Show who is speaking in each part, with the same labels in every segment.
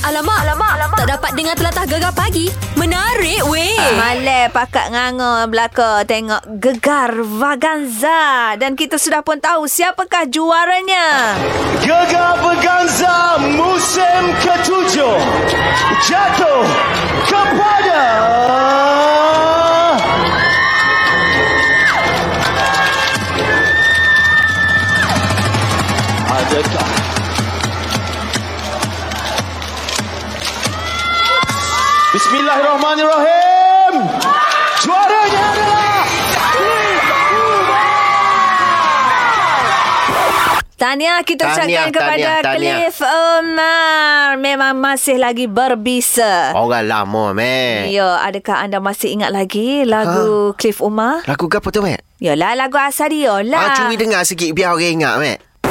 Speaker 1: Alamak, alamak, alamak. Tak dapat dengar telatah gegar pagi. Menarik weh.
Speaker 2: Eh.
Speaker 3: Malay pakat nganga belaka tengok gegar vaganza dan kita sudah pun tahu siapakah juaranya.
Speaker 4: Gegar Berganza musim ketujuh jatuh kepada Adakah Bismillahirrahmanirrahim Juaranya adalah
Speaker 3: Tahniah kita
Speaker 2: Tahniah,
Speaker 3: ucapkan kepada
Speaker 2: tahniah, tahniah.
Speaker 3: Cliff Omar. Memang masih lagi berbisa.
Speaker 2: Orang lama, meh.
Speaker 3: Ya, adakah anda masih ingat lagi
Speaker 2: Ha.
Speaker 3: lagu Cliff Omar?
Speaker 2: Lagu ke apa tu, meh?
Speaker 3: Yalah, lagu asal dia
Speaker 2: Ah,
Speaker 3: lah.
Speaker 2: curi dengar sikit biar orang ingat, meh. Oh,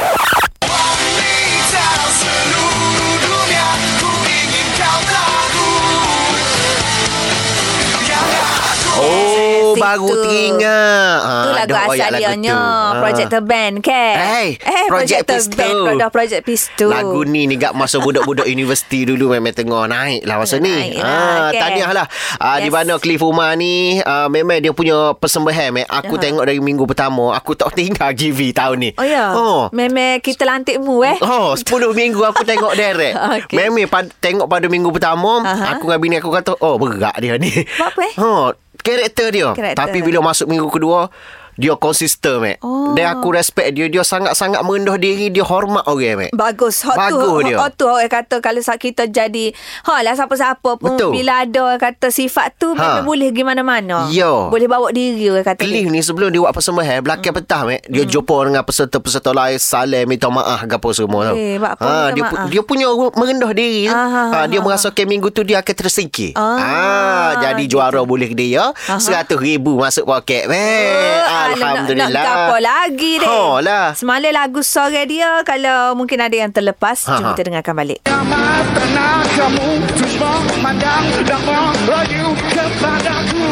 Speaker 3: Situ.
Speaker 2: Oh, baru teringat. Ha,
Speaker 3: Tu lagu
Speaker 2: ada
Speaker 3: asal
Speaker 2: royak lagu
Speaker 3: dia nya
Speaker 2: tu. Ha.
Speaker 3: Projector Band ke?
Speaker 2: Eh,
Speaker 3: eh
Speaker 2: Project
Speaker 3: Projector
Speaker 2: Pistol.
Speaker 3: Band Dah Project Pistol.
Speaker 2: Lagu ni ni gak masa budak-budak universiti dulu memang tengah naik lah masa ni.
Speaker 3: Naik lah,
Speaker 2: Ah,
Speaker 3: kan?
Speaker 2: tahniah lah. Ah, Di
Speaker 3: Yes.
Speaker 2: mana Cliff Umar ni ah, memang dia punya persembahan. Eh. Aku
Speaker 3: Aha.
Speaker 2: tengok dari minggu pertama. Aku tak tinggal GV tahun ni.
Speaker 3: Uh-huh. Oh ya.
Speaker 2: Oh.
Speaker 3: Meme kita lantikmu eh.
Speaker 2: Oh, 10 minggu aku tengok direct.
Speaker 3: Okey.
Speaker 2: okay. Memang pad, tengok pada minggu pertama,
Speaker 3: Aha.
Speaker 2: aku dengan bini aku kata, "Oh, bergerak dia ni."
Speaker 3: Uh-huh. Buat apa, eh?
Speaker 2: Oh, karakter dia.
Speaker 3: Karakter.
Speaker 2: Tapi bila masuk minggu kedua, dia konsisten, Mek.
Speaker 3: Oh.
Speaker 2: Dan aku respect dia. Dia sangat-sangat merendah diri. Dia hormat orang, Mek.
Speaker 3: Bagus hot tu
Speaker 2: Bagus dia.
Speaker 3: hot tu orang kata kalau sa- kita jadi ha lah siapa-siapa pun
Speaker 2: Betul.
Speaker 3: bila ada orang kata sifat tu ha.
Speaker 2: Ha.
Speaker 3: boleh pergi mana-mana.
Speaker 2: Ya.
Speaker 3: Boleh bawa diri orang kata.
Speaker 2: Cliff ni sebelum dia buat persembahan eh,
Speaker 3: Hmm.
Speaker 2: Belakang petang Mek Dia jumpa dengan peserta-peserta lain Salam minta maaf Gapa semua tau Ha,
Speaker 3: Eh, buat apa minta
Speaker 2: dia, pu-
Speaker 3: maaf?
Speaker 2: dia punya ru- merendah
Speaker 3: Ah,
Speaker 2: diri ah,
Speaker 3: ah, ah,
Speaker 2: Dia
Speaker 3: ah.
Speaker 2: merasakan minggu tu Dia akan tersingkir Ha,
Speaker 3: Ah,
Speaker 2: Jadi juara boleh dia ya. Seratus ribu masuk poket Mek
Speaker 3: alah, Ah, Nak,
Speaker 2: Eh, Alhamdulillah
Speaker 3: nak gapo lagi deh.
Speaker 2: Ha lah
Speaker 3: Semalam lagu sore dia kalau mungkin ada yang terlepas
Speaker 2: Ha,
Speaker 3: ha,
Speaker 2: ha.
Speaker 3: jom kita dengarkan balik.
Speaker 4: Amat tenang kamu Cuma mandang dan merayu kepadaku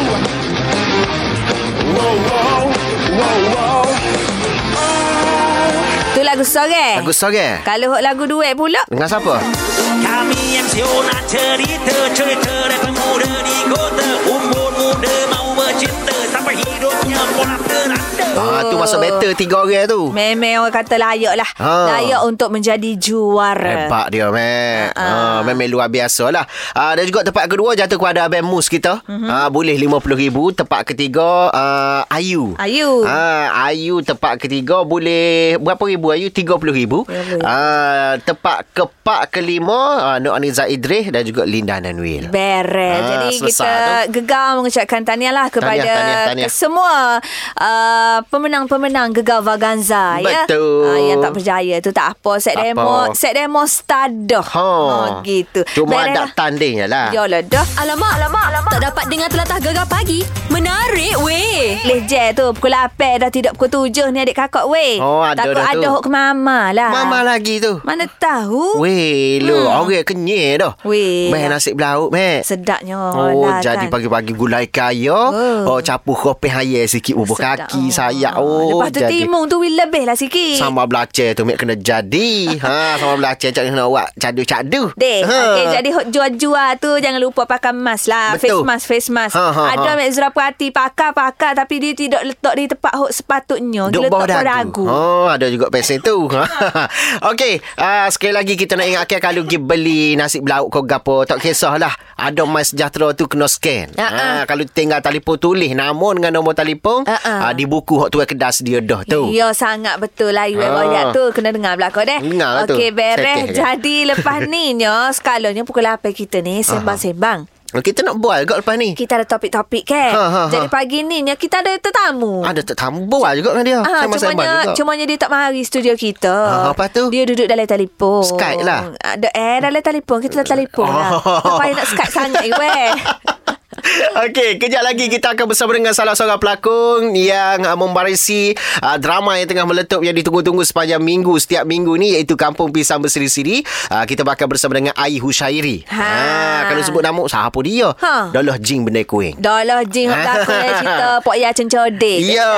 Speaker 4: Wow, wow, wow, wow
Speaker 3: Tu lagu sore.
Speaker 2: Lagu sorang
Speaker 3: Kalau hok lagu duet pula
Speaker 2: Dengan siapa?
Speaker 5: Kami MC nak cerita Cerita dari pemuda di kota Umur muda mau bercinta Sampai hidupnya pun ada randa
Speaker 2: Ah,
Speaker 3: Oh.
Speaker 2: tu masuk battle tiga orang tu
Speaker 3: Memang orang kata layak lah ha.
Speaker 2: Ha.
Speaker 3: Layak untuk menjadi juara
Speaker 2: Hebat dia, Mac.
Speaker 3: Ha,
Speaker 2: Ha,
Speaker 3: ha.
Speaker 2: memang luar biasa lah. Ha, dan juga tempat kedua jatuh kepada Abang Mus kita.
Speaker 3: Mhm.
Speaker 2: Ha, boleh RM50,000. Tempat ketiga, uh, Ayu.
Speaker 3: Ayu.
Speaker 2: Ha, Ayu tempat ketiga boleh berapa ribu Ayu? RM30,000.
Speaker 3: RM30,000.
Speaker 2: Ha, tempat keempat kelima, uh, Nur Aniza Idris dan juga Linda Nanwil.
Speaker 3: Beres.
Speaker 2: Ah,
Speaker 3: Jadi
Speaker 2: selesai
Speaker 3: kita gegar mengucapkan tahniah lah kepada
Speaker 2: tahniah, tahniah.
Speaker 3: semua uh, pemenang-pemenang gegar Vaganza ya.
Speaker 2: Betul.
Speaker 3: Ah, yang tak berjaya tu tak apa. Set
Speaker 2: Tak
Speaker 3: demo,
Speaker 2: apa.
Speaker 3: set demo stadah.
Speaker 2: Ha.
Speaker 3: Oh, gitu.
Speaker 2: Cuma
Speaker 3: Beres
Speaker 2: tak
Speaker 3: lah.
Speaker 2: tanding je lah.
Speaker 3: Yolah dah.
Speaker 1: Alamak, alamak, alamak. Tak dapat dengar telatah gegar pagi. Menarik weh.
Speaker 3: Leh je tu Pukul 8 dah tidak Pukul 7 ni adik kakak weh
Speaker 2: Oh, ada
Speaker 3: Takut
Speaker 2: dah
Speaker 3: ada
Speaker 2: tu.
Speaker 3: hok ke mama lah
Speaker 2: Mama lagi tu.
Speaker 3: Mana tahu
Speaker 2: Weh, lu hmm. orang kenyir dah.
Speaker 3: Weh.
Speaker 2: Main nasi belauk, Mac.
Speaker 3: Sedapnya
Speaker 2: Oh,
Speaker 3: lah
Speaker 2: jadi
Speaker 3: kan.
Speaker 2: pagi-pagi gulai kaya.
Speaker 3: Oh.
Speaker 2: Oh, campur kopi hayal sikit bubuh
Speaker 3: Sedap.
Speaker 2: kaki saya. Oh,
Speaker 3: Lepas tu
Speaker 2: jadi
Speaker 3: timung tu weh, lebih lah sikit
Speaker 2: Sambal belacan tu Mek kena jadi ha, Sambal belacan Cak kena buat Cadu-cadu
Speaker 3: Deh,
Speaker 2: ha.
Speaker 3: okay, jadi hok jual-jual tu jangan lupa pakai mask lah. Face
Speaker 2: Betul.
Speaker 3: mask, face mask.
Speaker 2: Ha, ha,
Speaker 3: Ada
Speaker 2: ha.
Speaker 3: Mek Zura perhati pakai, pakai tapi dia tidak letak di tempat hok sepatutnya.
Speaker 2: Duk
Speaker 3: Dia
Speaker 2: bawah
Speaker 3: letak pun ragu.
Speaker 2: dagu.
Speaker 3: Ha.
Speaker 2: Oh, ada juga pesen tu. Ha. Okey, uh, sekali lagi kita nak ingatkan kalau pergi beli nasi belauk kau gapo, tak kisahlah. Ada My Sejahtera tu kena scan.
Speaker 3: Ha,
Speaker 2: Ha,
Speaker 3: ha.
Speaker 2: kalau tinggal telefon tulis nama dengan nombor telefon,
Speaker 3: Ha, ha.
Speaker 2: uh, di buku hok tu kedas dia dah tu.
Speaker 3: Ya sangat betul lah Iwan
Speaker 2: Ha.
Speaker 3: Royak tu Kena dengar belakang deh
Speaker 2: Dengar lah tu.
Speaker 3: Okey beres
Speaker 2: Seteh je.
Speaker 3: Jadi lepas ni nyo Skalanya pukul 8 kita
Speaker 2: Ha,
Speaker 3: ni Sembang-sembang
Speaker 2: Kita nak bual juga lepas ni.
Speaker 3: Kita ada topik-topik kan
Speaker 2: Ha, ha, ha.
Speaker 3: Jadi pagi ni nyo Kita ada tetamu
Speaker 2: Ada Ah, tak tambah lah juga dengan dia.
Speaker 3: Oh. Ah,
Speaker 2: Sama-sama
Speaker 3: cumanya,
Speaker 2: juga.
Speaker 3: cumanya dia tak mari studio kita.
Speaker 2: Ah, lepas tu?
Speaker 3: Dia duduk dalam telefon.
Speaker 2: Skype lah.
Speaker 3: Ah, da- eh, dalam telefon. Kita dalam telefon lah.
Speaker 2: Oh.
Speaker 3: eh. Tak payah nak Skype sangat, weh.
Speaker 2: Okey, kejap lagi kita akan bersama dengan salah seorang pelakon yang uh, membarisi uh, drama yang tengah meletup yang ditunggu-tunggu sepanjang minggu setiap minggu ni iaitu Kampung Pisang Berseri-Siri. Uh, kita bakal bersama dengan Ai Hushairi.
Speaker 3: Ha.
Speaker 2: kalau sebut nama siapa dia?
Speaker 3: Ha.
Speaker 2: Doloh Jing Benda Kuing.
Speaker 3: Dah lah Jin Hak takut eh cerita Pok Ya Cencodik
Speaker 2: Ya.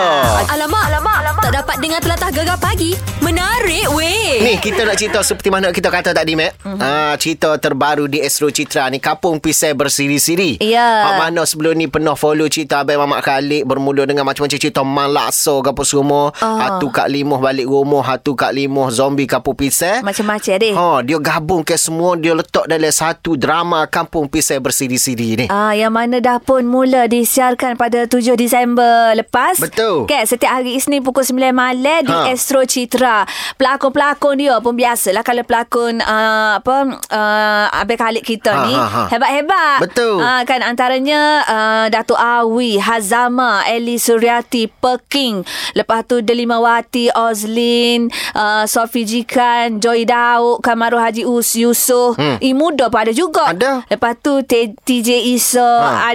Speaker 1: Alamak, alamak, alamak. Tak dapat dengar telatah gegar pagi. Menarik weh.
Speaker 2: Ni kita nak cerita seperti mana kita kata tadi Mac.
Speaker 3: Mhm.
Speaker 2: Mm-hmm. Ha, cerita terbaru di Astro Citra ni Kampung Pisai Bersiri-Siri.
Speaker 3: Ya.
Speaker 2: Hak mana sebelum ni penuh follow cerita Abang Mamat Khalid bermula dengan macam-macam cerita Malakso ke apa semua.
Speaker 3: Ah.
Speaker 2: Hatu Kak Limoh balik rumah, hatu Kak Limoh zombie Kampung Pisai.
Speaker 3: Macam-macam deh
Speaker 2: Ha, dia gabung ke semua dia letak dalam satu drama Kampung Pisai Bersiri-Siri ni.
Speaker 3: Ah, yang mana dah pun mula disiarkan pada 7 Disember lepas.
Speaker 2: Betul.
Speaker 3: Kan, setiap hari Isnin pukul 9 malam di
Speaker 2: Ha.
Speaker 3: ha. Astro Citra. Pelakon-pelakon dia pun biasalah kalau pelakon uh, apa uh, Abang Khalid kita
Speaker 2: Ha,
Speaker 3: ni
Speaker 2: ha, ha.
Speaker 3: hebat-hebat.
Speaker 2: Betul.
Speaker 3: Ah, kan antaranya uh, Datuk Awi, Hazama, Eli Suryati, Peking. Lepas tu Delimawati, Ozlin, uh, Sofi Jikan, Joy Daud, Kamarul Haji Us, Yusof. Hmm. Imuda pun ada juga.
Speaker 2: Ada.
Speaker 3: Lepas tu T- TJ Iso,
Speaker 2: Ha.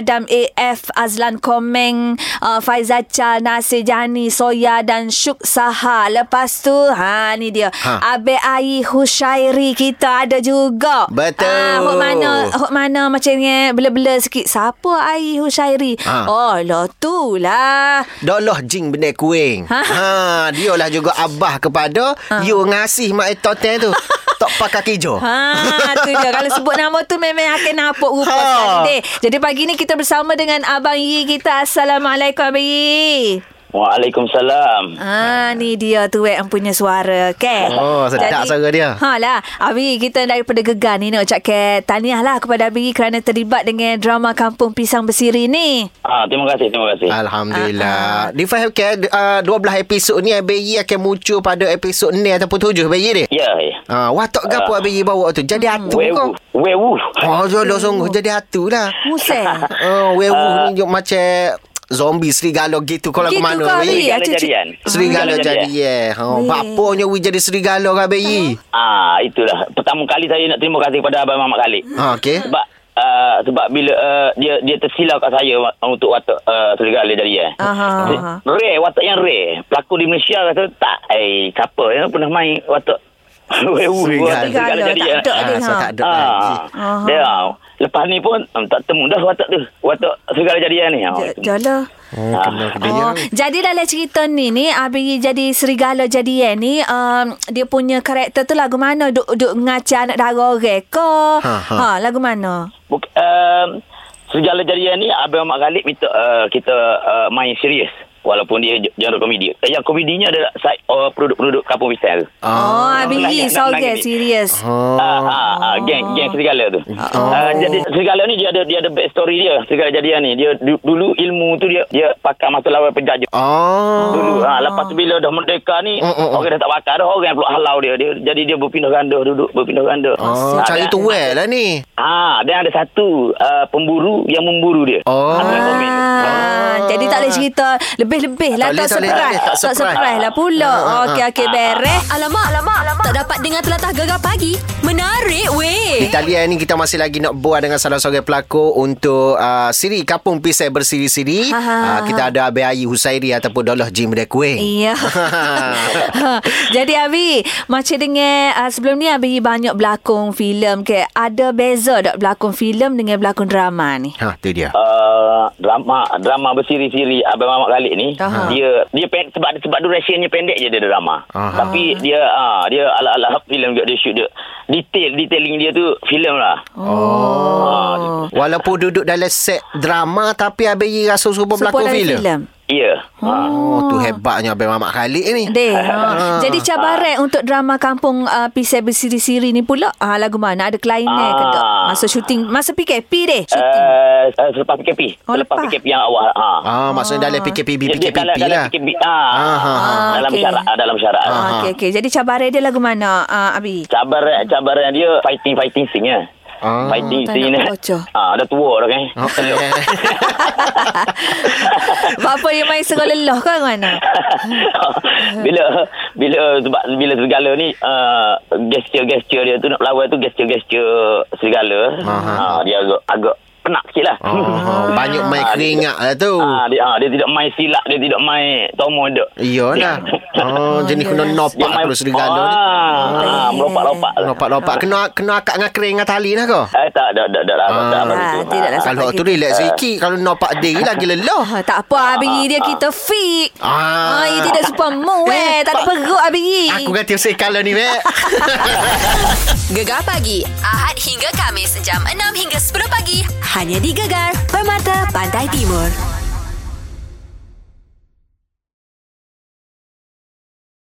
Speaker 3: ha. Adam AF, Azlan Komeng, uh, Faizal Cha, Nasir Jani, Soya dan Syuk Saha. Lepas tu, ha ni dia.
Speaker 2: Ha.
Speaker 3: Ha. Abel Ai Hushairi kita ada juga.
Speaker 2: Betul.
Speaker 3: Ah, hok mana hok mana macam ni bela-bela sikit. Siapa Ai Hushairi? Ha.
Speaker 2: Ha.
Speaker 3: Oh, lo tu lah.
Speaker 2: Doloh Jing Benda Kuing. Ha.
Speaker 3: Ha. Ah.
Speaker 2: dialah juga abah kepada ha. you ngasih mak etote tu. Tok pakai hijau.
Speaker 3: Ha, tu dia. Kalau sebut nama tu memang akan nampak rupa
Speaker 2: Ha.
Speaker 3: ha. sekali deh. Jadi pagi ni kita bersama dengan Abang Yi kita. Assalamualaikum Abang Yi.
Speaker 6: Waalaikumsalam.
Speaker 3: Ah, ni dia tu wek empunya suara, ke?
Speaker 2: Oh, sedap suara dia.
Speaker 3: Ha lah. Abi, kita daripada Gegar ni nak ucap ke tahniah lah kepada Abi kerana terlibat dengan drama Kampung Pisang Bersiri ni.
Speaker 6: Ah, terima kasih, terima
Speaker 4: Eh.
Speaker 6: kasih.
Speaker 2: Alhamdulillah. Di Faham ke uh, 12 episod ni ABY akan muncul pada episod ni ataupun 7 ABY ni.
Speaker 6: Ya, ya.
Speaker 2: Ah, watak gapo uh, ABY bawa tu? Jadi
Speaker 3: Hmm,
Speaker 2: hantu ke?
Speaker 6: Werewolf. Werewolf.
Speaker 2: Oh, jodoh sungguh jadi hantu lah.
Speaker 3: Museh.
Speaker 2: Oh, werewolf uh, ni juga macam zombie serigala gitu kalau ke
Speaker 3: Gitu
Speaker 2: mana
Speaker 3: kau,
Speaker 2: ABY?
Speaker 3: Abi.
Speaker 6: Serigala
Speaker 3: Acik-
Speaker 6: jadian.
Speaker 2: Serigala jadi ya. Yeah.
Speaker 3: Weh.
Speaker 2: Oh, baponya we jadi serigala ke
Speaker 3: Hmm.
Speaker 2: ABY?
Speaker 6: Ah, itulah. Pertama kali saya nak terima kasih kepada Abang Mamat Khalid.
Speaker 2: Ha, okey.
Speaker 6: Sebab uh, sebab bila uh, dia dia tersilau kat saya wa- untuk watak uh, serigala jadian.
Speaker 3: Aha.
Speaker 6: Rare, watak yang rare. Pelakon di Malaysia kata tak. Eh, siapa yang pernah main watak werewolf?
Speaker 2: Serigala.
Speaker 6: watak
Speaker 3: Serigala,
Speaker 6: Serigala jadian.
Speaker 3: tak
Speaker 2: Ah,
Speaker 3: ada,
Speaker 2: so
Speaker 3: ha.
Speaker 2: tak ada lagi.
Speaker 6: Ah,
Speaker 3: Aha.
Speaker 6: dia lepas ni pun um, tak temu dah watak tu. Watak serigala jadian ni. Oh, itu.
Speaker 3: Jalah.
Speaker 2: Oh, kena ke dia.
Speaker 3: Oh, jadi dalam cerita ni ni Abi jadi serigala jadi eh ni um, dia punya karakter tu lagu mana duk duk ngaca anak dara orang ke?
Speaker 2: Ha,
Speaker 3: Ha,
Speaker 2: ha.
Speaker 3: ha. lagu mana?
Speaker 6: Buk, um, segala jadian ni Abang Mak Khalid minta uh, kita uh, main serius walaupun dia j- genre komedi. Eh, yang komedinya adalah side uh, produk-produk Kampung Pisang.
Speaker 2: Ah.
Speaker 3: Oh, oh Abi
Speaker 6: Nak- nak- nak
Speaker 3: sorang
Speaker 6: menangis ni.
Speaker 3: serius.
Speaker 6: Oh. Ah, ah, ah, geng geng serigala tu. Oh. Uh, jadi serigala ni dia ada dia ada backstory dia. Serigala jadian ni dia du, dulu ilmu tu dia dia pakai masa lawan penjaja.
Speaker 2: Oh.
Speaker 6: Dulu ha, Lepas tu bila dah merdeka ni
Speaker 2: Oh, oh, oh.
Speaker 6: Orang dah tak bakar dah Orang yang peluk halau dia, dia Jadi dia berpindah ganda Duduk berpindah ganda
Speaker 2: Oh,
Speaker 6: Ah,
Speaker 2: cari
Speaker 6: dan-
Speaker 2: tu well lah ni.
Speaker 6: Ah, dan ada satu uh, pemburu yang memburu dia.
Speaker 2: Oh.
Speaker 6: Ada yang komen.
Speaker 3: Ah, jadi tak boleh cerita lebih-lebih lah
Speaker 2: Tak
Speaker 3: tak,
Speaker 2: boleh, tak boleh,
Speaker 3: surprise.
Speaker 2: tak boleh, tak
Speaker 3: Tak,
Speaker 2: surprise.
Speaker 3: surprise lah pula.
Speaker 2: Ah, ah,
Speaker 3: Okey
Speaker 2: ah.
Speaker 3: okey beres.
Speaker 1: Alamak, alamak, alamak. Tak dapat dengar telatah gegar pagi. Menarik
Speaker 2: Di
Speaker 3: Eh?
Speaker 1: weh.
Speaker 2: talian ni kita masih lagi nak buat dengan salah seorang pelakon untuk uh, siri Kampung Pisai Bersiri-Siri.
Speaker 3: Ha, Eh. ha,
Speaker 2: Uh, kita ada Abang Ayi Husairi ataupun Doloh Jim Dekwe.
Speaker 3: Iya. Jadi Abi, macam dengan uh, sebelum ni Abi banyak berlakon filem ke. Ada beza tak berlakon filem dengan berlakon drama ni?
Speaker 2: Ha, tu dia.
Speaker 6: Uh, drama drama bersiri-siri Abang Mamat Khalid ni
Speaker 3: Aha.
Speaker 6: dia dia pen, sebab sebab durationnya pendek je dia drama.
Speaker 2: Aha.
Speaker 6: Tapi dia ah dia ala-ala filem juga dia shoot dia. Detail detailing dia tu filem lah. Ha,
Speaker 3: Oh.
Speaker 2: Walaupun duduk dalam set drama tapi Abang Ayi rasa serupa
Speaker 3: Serupa
Speaker 2: pelakon
Speaker 3: dalam
Speaker 2: filem.
Speaker 6: Ya. Yeah.
Speaker 2: Oh, tu hebatnya Abang Mamat Khalid ni.
Speaker 3: Deh. Ha. Jadi cabaran untuk drama kampung uh, Pisai Bersiri-Siri ni pula ah, lagu mana? Ada klien ah. ke tak?
Speaker 6: Ah.
Speaker 3: Masa syuting, masa PKP deh syuting.
Speaker 6: Uh, uh, selepas PKP.
Speaker 3: Oh,
Speaker 6: selepas
Speaker 3: lepas.
Speaker 6: PKP yang awal. Ah.
Speaker 2: Ah, maksudnya dalam PKPB,
Speaker 6: Dia- dia
Speaker 2: PKPP
Speaker 6: dalam, dalam
Speaker 2: lah.
Speaker 6: PKP. Ah.
Speaker 2: Aha.
Speaker 3: Ah,
Speaker 6: Dalam
Speaker 3: okey.
Speaker 6: syarat, dalam syarat.
Speaker 3: Ah, Okey okey. Jadi cabaran dia lagu mana uh, Abi?
Speaker 6: Cabaran cabaran dia fighting fighting sing ya.
Speaker 2: Ah.
Speaker 6: Fighting
Speaker 3: Tak
Speaker 6: sing
Speaker 3: nak
Speaker 6: ni.
Speaker 3: bocor.
Speaker 6: Ah dah tua dah kan.
Speaker 2: Okay.
Speaker 3: Bapa yang main serang lelah ke mana?
Speaker 6: bila bila sebab bila serigala ni uh, gesture-gesture dia tu nak lawan tu gesture-gesture serigala.
Speaker 2: Aha.
Speaker 6: Ah dia agak agak penak sikit lah.
Speaker 2: Oh, banyak main
Speaker 6: Ah,
Speaker 2: keringat lah tu.
Speaker 6: Ah, dia, ah, dia tidak main silap, dia tidak main tomo dia.
Speaker 2: Iyalah.
Speaker 3: Ah,
Speaker 2: Oh, jenis kena
Speaker 3: lah.
Speaker 2: nopak terus dengan
Speaker 6: ah,
Speaker 2: tu ni.
Speaker 6: ah, melopak-lopak. lah.
Speaker 2: Lopak-lopak. Kena kena akak dengan kering dengan tali lah kau.
Speaker 6: Eh, tak, tak, tak, tak, tak, tak, tak,
Speaker 2: Ah.
Speaker 6: tak, tak,
Speaker 3: tidaklah.
Speaker 6: tak.
Speaker 2: Kalau tu relax sikit. Kalau nopak diri lagi lelah.
Speaker 3: Ah, tak apa Abigi dia kita fik.
Speaker 2: Ah.
Speaker 3: Ah, ah tidak super mu eh. Tak ada perut Abigi.
Speaker 2: Aku ganti usik kalau ni, Mek.
Speaker 1: Gegar pagi Ahad hingga Kamis jam 6 hingga 10 pagi hanya di Gegar Permata Pantai Timur.